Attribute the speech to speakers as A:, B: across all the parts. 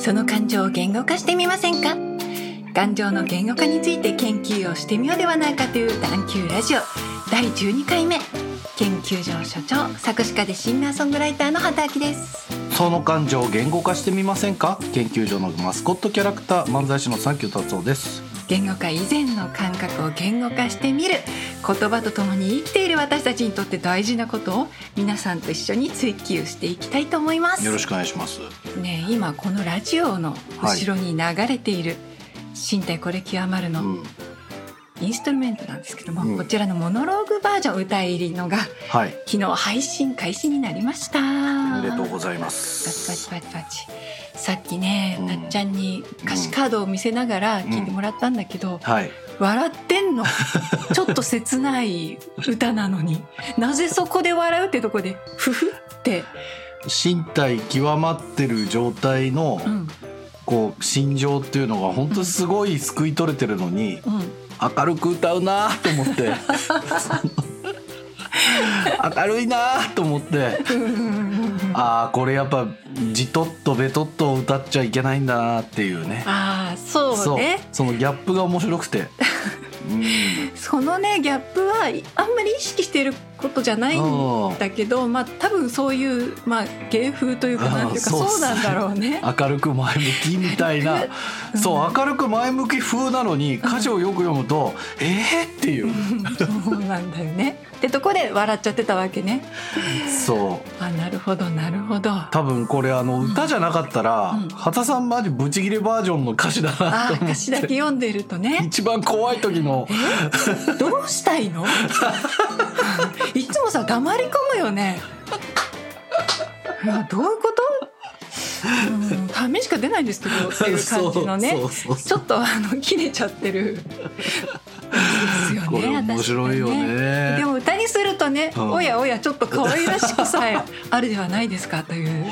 A: その感情を言語化してみませんか感情の言語化について研究をしてみようではないかという探求ラジオ第12回目研究所所長作詞家でシンガーソングライターの畑明です
B: その感情を言語化してみませんか研究所のマスコットキャラクター漫才師のサンキュー達夫です
A: 言語化以前の感覚を言語化してみる言葉とともに生きている私たちにとって大事なことを皆さんと一緒に追求していきたいと思います
B: よろしくお願いします
A: ねえ今このラジオの後ろに流れている「身体これ極まる
B: う
A: の」
B: ん
A: インストゥルメントなんですけども、
B: うん
A: こちらのモノローグバージョン歌い入りのが
B: はい
A: 昨日配信開始になりました
B: おめでとうございま
A: パチパチ
B: す
A: パチパチさっきね、
B: うん
A: たっちゃんに歌詞カードを見せながら聞いてもらったんだけど、
B: はい
A: 笑ってん のちょっと切ない歌なのになぜそこで笑うってとこでふふって、
B: 身体極まってる状態の
A: うん
B: こう心情っていうのが本当にすごい救い取れてるのに
A: うん、
B: 明るく歌うなと思って明るいなと思ってああこれやっぱじとっとべとっと歌っちゃいけないんだなっていうね
A: ああそうね
B: そのギャップが面白く て、うん
A: そのねギャップはいあんまり意識していることじゃないんだけどまあ多分そういう、まあ、芸風というかなんていうか
B: あーそうっ
A: そう
B: す
A: なんだろうね。
B: 明るく前向きみたいな、
A: うん
B: そう明るく前向き風なのに歌詞をよく読むと、えー、っていう、
A: そうなんだよね。ってとこで笑っちゃってたわけね。
B: そう
A: あなるほどなるほど。あ
B: 多分これあの歌じゃなかったら、
A: うん
B: 畑さんマジブチギレバージョンの歌詞だなと
A: ー
B: 思
A: 歌
B: っ
A: 詞だけ
B: て
A: 読んでると ね
B: 一番怖い時の
A: どうしたい のいつもさ黙り込むよね。いやどういうことうんためしか出ないんですけどっていう感じのね
B: そうそうそう
A: ちょっとあの切れちゃって る。ですよね
B: これ面白いよ
A: 私
B: ね
A: はねでも歌にするとね、
B: うん
A: おやおやちょっと可愛らしく さえあるではないですかという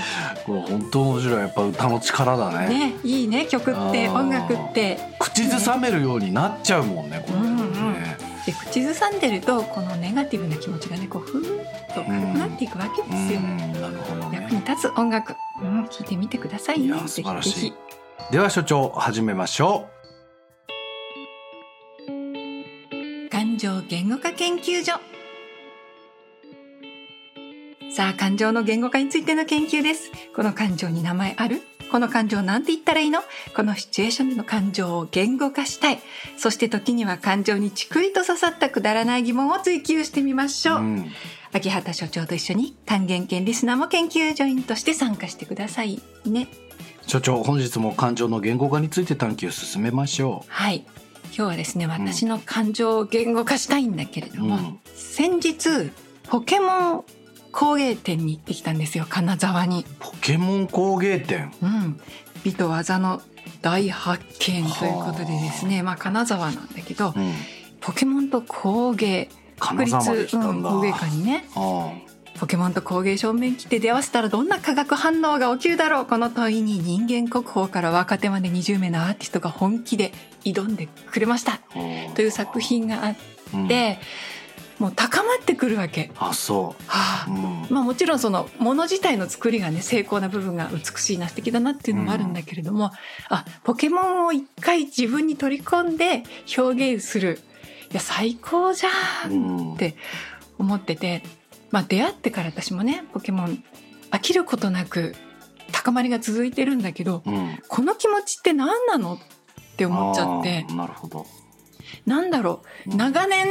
B: これ本当面白いやっぱ歌の力だね
A: ねいいね曲って
B: あー
A: 音楽って
B: 口ずさめるようになっちゃうもんねこれね、
A: うんうんで口ずさんでるとこのネガティブな気持ちがねこうふーっと軽くなっていくわけ
B: う
A: ですよ、
B: んなるほど
A: 役に
B: ね
A: 立つ音楽、うん、聞いてみてくださいね
B: いや素晴らしいでは所長始めましょ
A: ひ感情言語化研究所さあ感情の言語化についての研究ですこの感情に名前あるこの感情なんて言ったらいいのこのシチュエーションでの感情を言語化したいそして時には感情にちくりと刺さったくだらない疑問を追求してみまし
B: う、
A: ょう、
B: うん
A: 秋畑所長と一緒に還元研リスナーも研究所員として参加してくださいね
B: 所長本日も感情の言語化について探求を進めましょ
A: はい今日はですね私の感情を言語化したいんだけれ
B: う、
A: ど
B: う
A: も、
B: ん、
A: 先日ポケモン工芸展に行ってきたんですよ金沢に
B: ポケモン工芸展
A: うん美と技の大発見ということでですねまあ金沢なんだけど
B: うん
A: ポケモンと工芸
B: 金沢まで来た
A: うん
B: んだ、
A: 工芸館にね
B: あ
A: ポケモンと工芸正面切って出会わせたらどんな化学反応が起きるだろうこの問いに人間国宝から若手まで20名のアーティストが本気で挑んでくれました
B: あうん
A: という作品があっ
B: うん
A: て、もう高まってくるわけ。
B: あそう、
A: はあ
B: うん
A: まあ、もちろんそのもの自体の作りがね精巧な部分が美しいな素敵だなっていうのもあるんだけれども、あポケモンを一回自分に取り込んで表現するいや最高じゃん
B: うん
A: で思ってて、まあ、出会ってから私もねポケモン飽きることなく高まりが続いてるんだけど
B: うん
A: この気持ちって何なのって思っちゃって
B: あーなるほど
A: なんだろう長年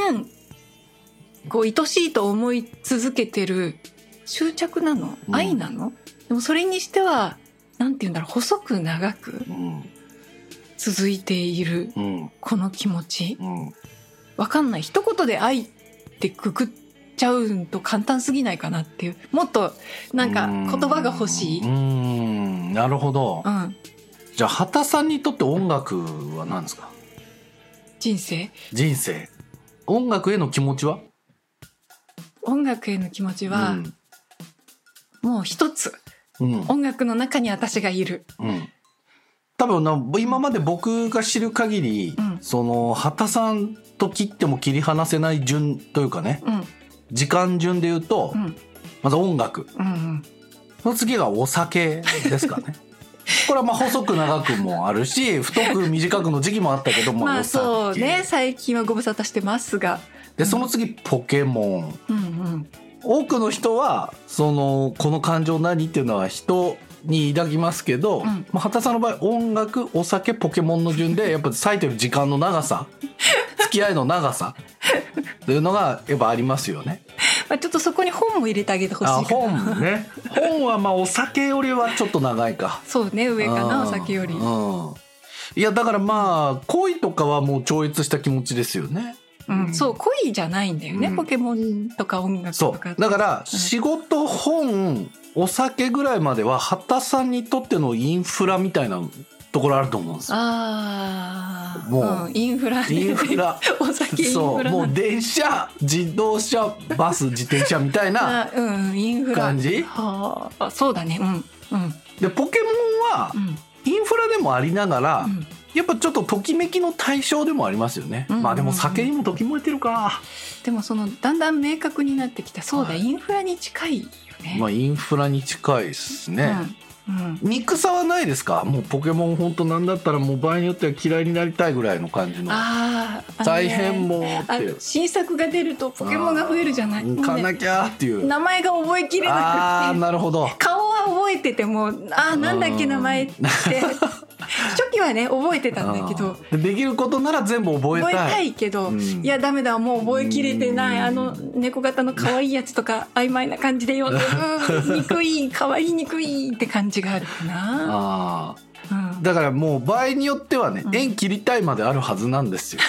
A: こう愛しいと思い続けてる執着なの
B: うん
A: 愛なの、でもそれにしては何て言うんだろう細く長く
B: うん
A: 続いている
B: うん
A: この気持ち
B: うん
A: わかんない一言で愛ってくくっちゃうんと簡単すぎないかなっていうもっとなんか言葉が欲しい、
B: う
A: うん
B: うんなるほど、
A: ん、
B: じゃあ畑さんにとって音楽は何ですか
A: 人生
B: 人生音楽への気持ちは
A: 音楽への気持ちはもう一つ
B: うんうん
A: 音楽の中に私がいる
B: うん多分な今まで僕が知る限り、
A: うん
B: その畑さんと切っても切り離せない順というかね
A: うん
B: 時間順で言うと、
A: うん
B: まず音楽
A: うんうん
B: その次がお酒ですかねこれはまあ細く長くもあるし太く短くの時期もあったけど も
A: ま
B: 良
A: あ
B: さ
A: そ
B: っ
A: う
B: てい
A: ね最近はご無沙汰してますが
B: でその次ポケモン
A: うんうん
B: 多くの人はそのこの感情何っていうのは人に抱きますけど、
A: ん
B: まあ、畑さんの場合音楽お酒ポケモンの順でやっぱ割いてる時間の 長さ付き合いの長さというのがやっぱありますよね。
A: まあ、ちょっとそこに本も入れてあげてほしいか
B: あ
A: な
B: 本ね本はまあお酒よりはちょっと長いか。
A: そうね上か
B: うん
A: なお酒より
B: うんいやだからまあ恋とかはもう超越した気持ちですよね。
A: うん、そう恋じゃないんだよね、
B: うん
A: ポケモンとか音楽と
B: そ
A: か
B: うだから仕事、本お酒ぐらいまでは畑さんにとってのインフラみたいなところあると思うんですよ。
A: ああ
B: もうん
A: インフラ
B: インフラ
A: お酒イン
B: そ
A: フ
B: う
A: ラ
B: も
A: な
B: うん
A: だ
B: 電車自動車バス自転車みたい な
A: あうんインフラ
B: 感じ
A: はあそうだねうんうん
B: でポケモンは
A: うん
B: インフラでもありながら、
A: うん
B: やっぱちょっとときめきの対象でもありますよね、
A: うんうんうん
B: まあでも酒にもときめいてるか、
A: でもそのだんだん明確になってきたそうだ、
B: はい
A: インフラに近いよね、
B: まあインフラに近いですね、
A: うんうん
B: 憎さはないですかもうポケモン本当なんだったらもう場合によっては嫌いになりたいぐらいの感じの
A: あーあのね
B: 大変もうって
A: あ
B: いう
A: 新作が出るとポケモンが増えるじゃない
B: あー
A: もう
B: 行か
A: ね
B: なきゃっていう
A: 名前が覚えきれな
B: あ
A: く
B: あ
A: て
B: なるほど
A: 顔は覚えててもああなんだっけ名前って 初期はね覚えてたんだけど
B: あーできることなら全部覚え
A: 覚え
B: た
A: た
B: い
A: いけど、
B: うん
A: いやダメだもう覚えきれてない、
B: うん
A: あの猫型の可愛いやつとか曖昧な感じで 読んでうん憎い可愛い憎いって感じがあるかな。
B: あー
A: うん
B: だからもう場合によってはね、
A: うん
B: 縁切りたいまであるはずなんです よ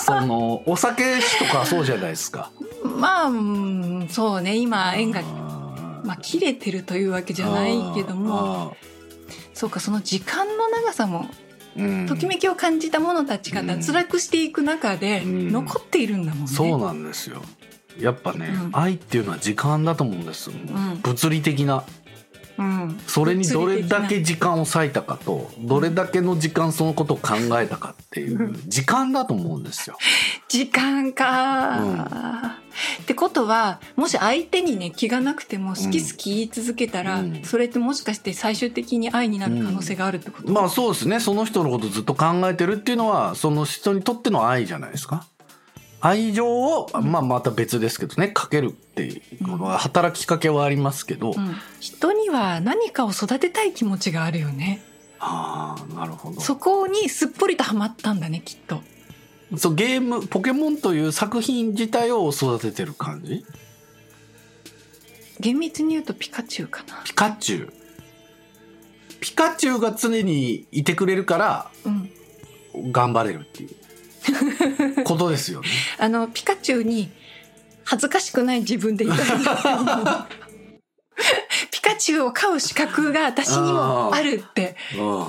B: そのお酒とかそうじゃないですか
A: まあ、うんそうね今縁が、
B: あー
A: まあ、切れてるというわけじゃないけども
B: あ
A: そうかその時間の長さも
B: ーうん
A: ときめきを感じた者たちが脱落していく中で
B: うん
A: 残っているんだもんね。
B: そうなんですよやっぱね、
A: うん
B: 愛っていうのは時間だと思うんです、
A: ん
B: 物理的な
A: うん
B: それにどれだけ時間を割いたかとどれだけの時間そのことを考えたかっていう時間だと思うんですよ。
A: 時間か、
B: うん
A: ってことはもし相手にね気がなくても好き好き言い続けたら、
B: うん
A: それってもしかして最終的に愛になる可能性があるってこと、
B: まあそうですねその人のことずっと考えてるっていうのはその人にとっての愛じゃないですか。愛情を、まあ、また別ですけどねかけるっていうこのは働きかけはありますけど、
A: うん人には何かを育てたい気持ちがあるよね
B: ああなるほど
A: そこにすっぽりとはまったんだねきっと
B: そうゲーム「ポケモン」という作品自体を育ててる感じ
A: 厳密に言うとピカチュウかな
B: ピカチュウピカチュウが常にいてくれるから
A: うん
B: 頑張れるってい うことですよね。
A: あのピカチュウに恥ずかしくない自分で いたいピカチュウを飼う資格が私にもあるって
B: うん、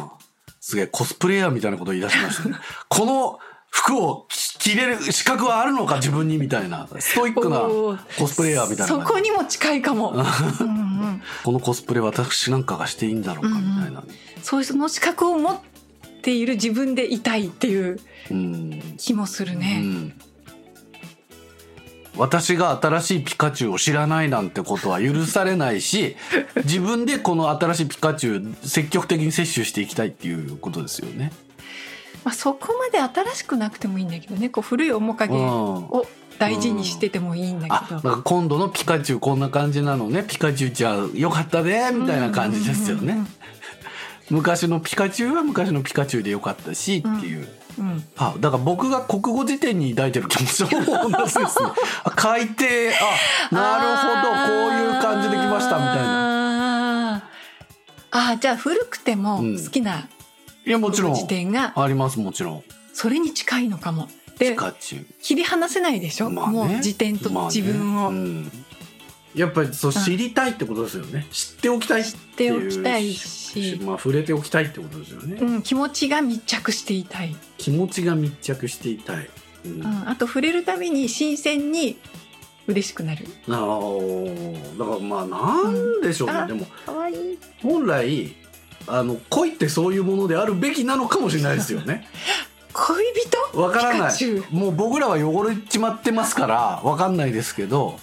B: すげえコスプレイヤーみたいなこと言い出し ましたね。この服を着着れる資格はあるのか自分にみたいなストイックな
A: おー
B: コスプレイヤーみたいな
A: そ
B: 感じ
A: こにも近いかもうん、うん、
B: このコスプレ私なんかがしていいんだろうかみたいな。
A: そういうその資格を持っている自分でいたいっていう
B: うん
A: 気もする
B: う
A: ね、
B: ん私が新しいピカチュウを知らないなんてことは許されない し自分でこの新しいピカチュウ積極的に摂取していきたいっていうことですよね。
A: まあ、そこまで新しくなくてもいいんだけどねこう古い面影
B: うん
A: を大事にしててもいいんだ
B: あ
A: け
B: なん
A: ど、
B: か今度のピカチュウこんな感じなのねピカチュウちゃんよかったねみたいな感じですよね。昔のピカチュウは昔のピカチュウでよかったしっていう。
A: うんうんうんうん
B: あだから僕が国語辞典に抱いてる気持ちと同 じですね。あ書いてあなるほどこういう感じできましたみたいな。
A: なあーじゃあ古くても
B: うん
A: 好きない
B: やもちろん
A: 時点が
B: ありますもちろん
A: それに近いのかもで
B: ピカチュ
A: 切り離せないでしょ、
B: ウ、まあね
A: もう時点と
B: まあね
A: 自分を
B: う
A: 知っ
B: んやっぱりそう
A: うん
B: 知りたいってことですよね、知っておきたいってて
A: お
B: いう
A: きたいし、
B: まあ、触れておきたいってことですよね、
A: うん、気持ちが密着していたい、
B: 気持ちが密着していたい、うん
A: う
B: あ
A: ん、あと触れるたびに新鮮に嬉しくなる
B: ーだからまあなんでしょうね、
A: うんあ
B: でも
A: かわいい
B: 本来あの恋ってそういうものであるべきなのかもしれないですよ ね
A: 恋人
B: わから
A: ピ
B: な
A: カ
B: い
A: チュウ
B: もう僕らは汚れちまってますからわかんないですけど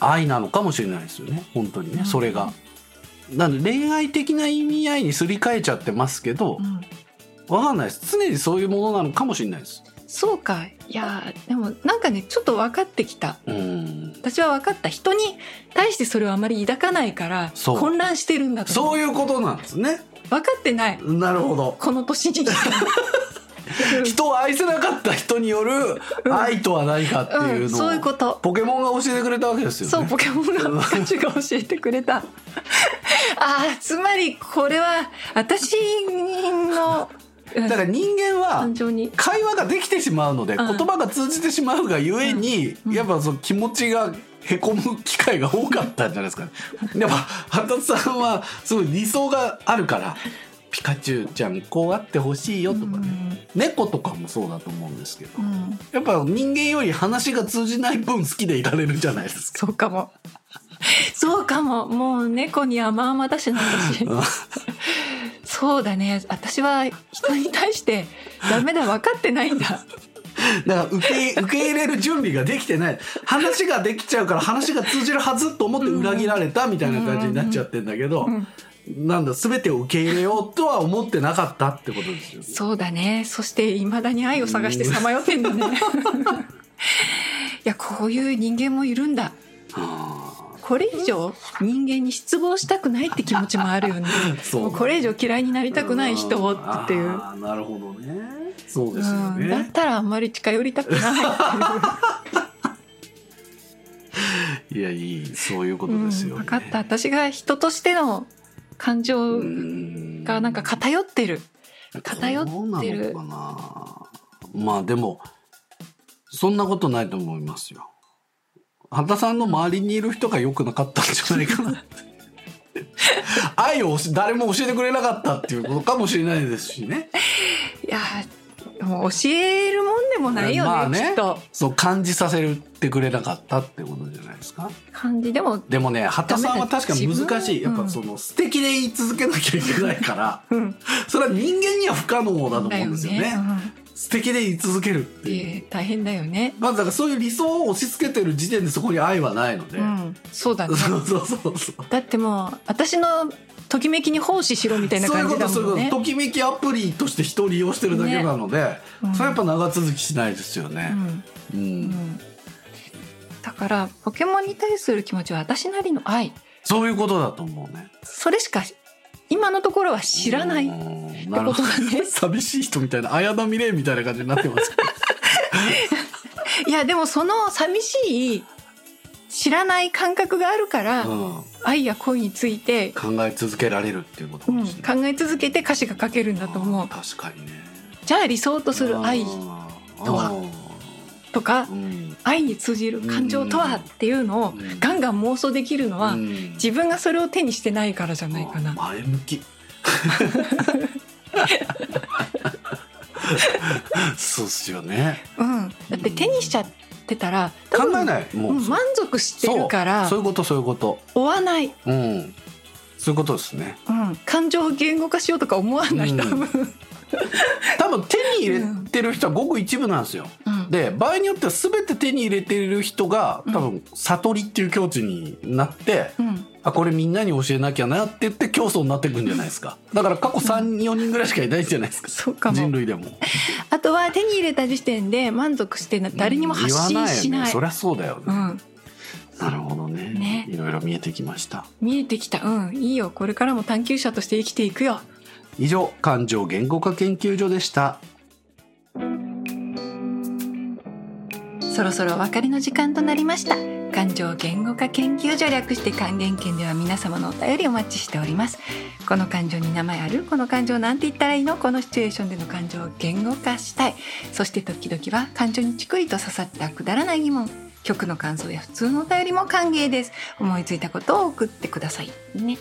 B: 愛なのかもしれないですよね本当にね、
A: うん
B: それがなんで恋愛的な意味合いにすり替えちゃってますけど
A: うん、
B: わかんないです常にそういうものなのかもしれないです
A: そうかいやーでもなんかねちょっと分かってきた
B: うん
A: 私は分かった人に対してそれをあまり抱かないから
B: そう
A: 混乱してるんだと思
B: そういうことなんですね
A: 分かってない
B: なるほど
A: この 年に
B: 人を愛せなかった人による愛とは何かって
A: う、
B: いうんのを
A: そういうこと
B: ポケモンが教えてくれたわけですよね
A: そうポケモンがガチが教えてくれたあーつまりこれは私のうん
B: だから人間は
A: 感情に
B: 会話ができてしまうので、
A: うん
B: 言葉が通じてしまうがゆえに、
A: うん
B: やっぱその気持ちがへこむ機会が多かったんじゃないですかね。やっぱ発達さんはすごい理想があるからピカチュウちゃんこうあってほしいよとかね、猫とかもそうだと思うんですけど
A: うんうん
B: やっぱ人間より話が通じない分好きでいられるじゃないですか。
A: そうか もそうかももう猫に甘々だしな私
B: うん
A: そうだね私は人に対してダメだ分かってないんだ
B: だから受け受け入れる準備ができてない話ができちゃうから話が通じるはずと思って裏切られたみたいな感じになっちゃってんだけど、
A: うん
B: なんだ全てを受け入れようとは思ってなかったってことですよね。
A: そうだねそしていまだに愛を探してさまよってんだね いやこういう人間もいるんだ
B: は
A: これ以上人間に失望したくないって気持ちもあるよね
B: あそう
A: もうこれ以上嫌いになりたくない人をっていう。
B: あーなるほどね。そう
A: う
B: ですよ
A: ん、だっ
B: ね。
A: たらあんまり近寄りたくない
B: いやいいそういうこ
A: う
B: と
A: ん
B: ですよね。
A: 分かった私が人としての感情
B: うん
A: がなんか偏ってる偏ってる
B: そうなのかな。まあでもそんなことないと思いますよ。畑さんの周りにいる人が良くなかったんじゃないかなって。愛を教え誰も教えてくれなかったっていうことかもしれないですしね。
A: いやもう教えるもんでもないよね,、
B: まあ
A: きっと
B: そう感じさせてくれなかったってことじゃないですか。
A: 感じでも
B: でもね、畑さんは確か難しい。
A: ダ
B: や
A: メだ
B: っぱその素敵で言い続けなきゃいけないから、
A: うん
B: それは人間には不可能だと思
A: だ
B: うんですよね。
A: うん
B: 素敵で言い続けるっていう。
A: で大変だよね、
B: まずだからそういう理想を押し付けてる時点でそこに愛はないので。
A: うんそうだね
B: そうそうそうそう。
A: だってもう私のときめきに奉仕しろみたいな
B: そういう
A: 感
B: こ
A: じだ
B: と、そういう
A: もん
B: こ
A: ね
B: と。ときめきアプリとして人を利用してるだけなので、
A: うん
B: それはやっぱ長続きしないですよね。う
A: うん
B: ん。
A: うんだからポケモンに対する気持ちは私なりの愛
B: そういうことだと思うね。
A: それしか今のところは知らないって
B: うんなる
A: こと
B: ほど。
A: なんです。
B: 寂しい人みたいな綾波レイみたいな感じになってますけど
A: いやでもその寂しい知らない感覚があるから、
B: うん、
A: 愛や恋について、
B: 考え続けられるっていうこと
A: う
B: かも
A: ん、
B: しれない、
A: 考え続けて歌詞が書けるんだと思
B: あ
A: う
B: ー。確かにね
A: じゃあ理想とする愛
B: と
A: とはとか愛に通じる感情とはっていうのを
B: うん
A: ガンガン妄想できるのは自分がそれを手にしてないからじゃないかな。
B: 前向きそうっすよね
A: うん、だって手にしちゃってたら多
B: 考
A: 分
B: えないもう、
A: うん満足してるから
B: そうそういうことそういうこと
A: 追わない、
B: うんそういうことですね
A: うん、感情を言語化しようとか思わない、
B: うん
A: 多分、
B: 多分手に入れてる人はごく一部なんですよ
A: うん、
B: で場合によっては全て手に入れてる人が多分悟りっていう境地になって、
A: うん、
B: あこれみんなに教えなきゃなって言って競争になってくんじゃないですかだから過去34人ぐらいしかいないじゃないですか
A: そうか
B: 人
A: も
B: 類でも
A: あとは手に入れた時点で満足してな誰にも発
B: 言
A: 信
B: わ
A: し
B: よ
A: な
B: ね
A: い
B: そりゃそうだよね、
A: うん、
B: なるほどね
A: ね
B: いろいろ見えてきました
A: 見えてきたうんいいよこれからも探求者として生きていくよ
B: 以上感情言語化研究所でした
A: そろそろお別れの時間となりました感情言語化研究所略して還元研では皆様のお便りお待ちしておりますこの感情に名前あるこの感情なんて言ったらいいのこのシチュエーションでの感情を言語化したいそして時々は感情にちくりと刺さったくだらない疑問曲の感想や普通のお便りも歓迎です思いついたことを送ってくださいね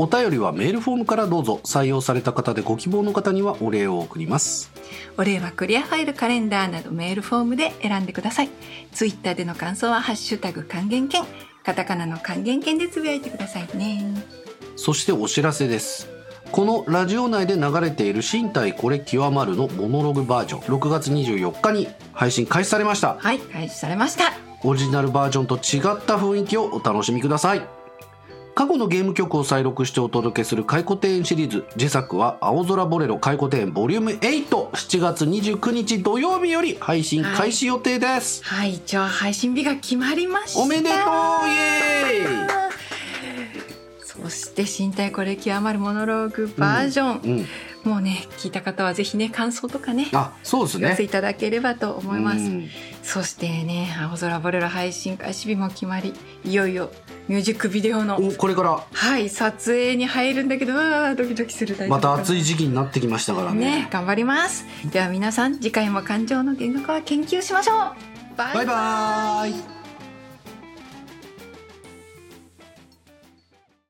B: お便りはメールフォームからどうぞ採用された方でご希望の方にはお礼を送ります
A: お礼はクリアファイルカレンダーなどメールフォームで選んでくださいツイッターでの感想はハッシュタグ還元券カタカナの還元券でつぶやいてくださいね
B: そしてお知らせですこのラジオ内で流れている「身体これ極まる」のモノログバージョン6月24日に配信開始されました
A: はい開始されました
B: オリジナルバージョンと違った雰囲気をお楽しみください過去のゲーム曲を再録してお届けする回顧庭園シリーズ次作は「青空ボレロ回顧庭園ボリューム8 7月29日土曜日より配信開始予定です、
A: はい、一応配信日が決まりました。
B: おめでとうイエー
A: そして身体これ極まるモノローグバージョン、
B: イ、うん、
A: もうね聞いた方はぜひね感想とかね
B: あそうです
A: お寄せ
B: ね
A: いただければと思います、
B: うん
A: そしてね青空ボレロ配信開始日も決まりいよいよミュージックビデオの
B: おこれから
A: はい撮影に入るんだけどわードキドキする大丈
B: ま
A: 夫かな
B: た暑い時期になってきましたから
A: ね
B: ね
A: 頑張りますでは皆さん次回も感情の言語化は研究しましょうバイバ
B: バイバーイ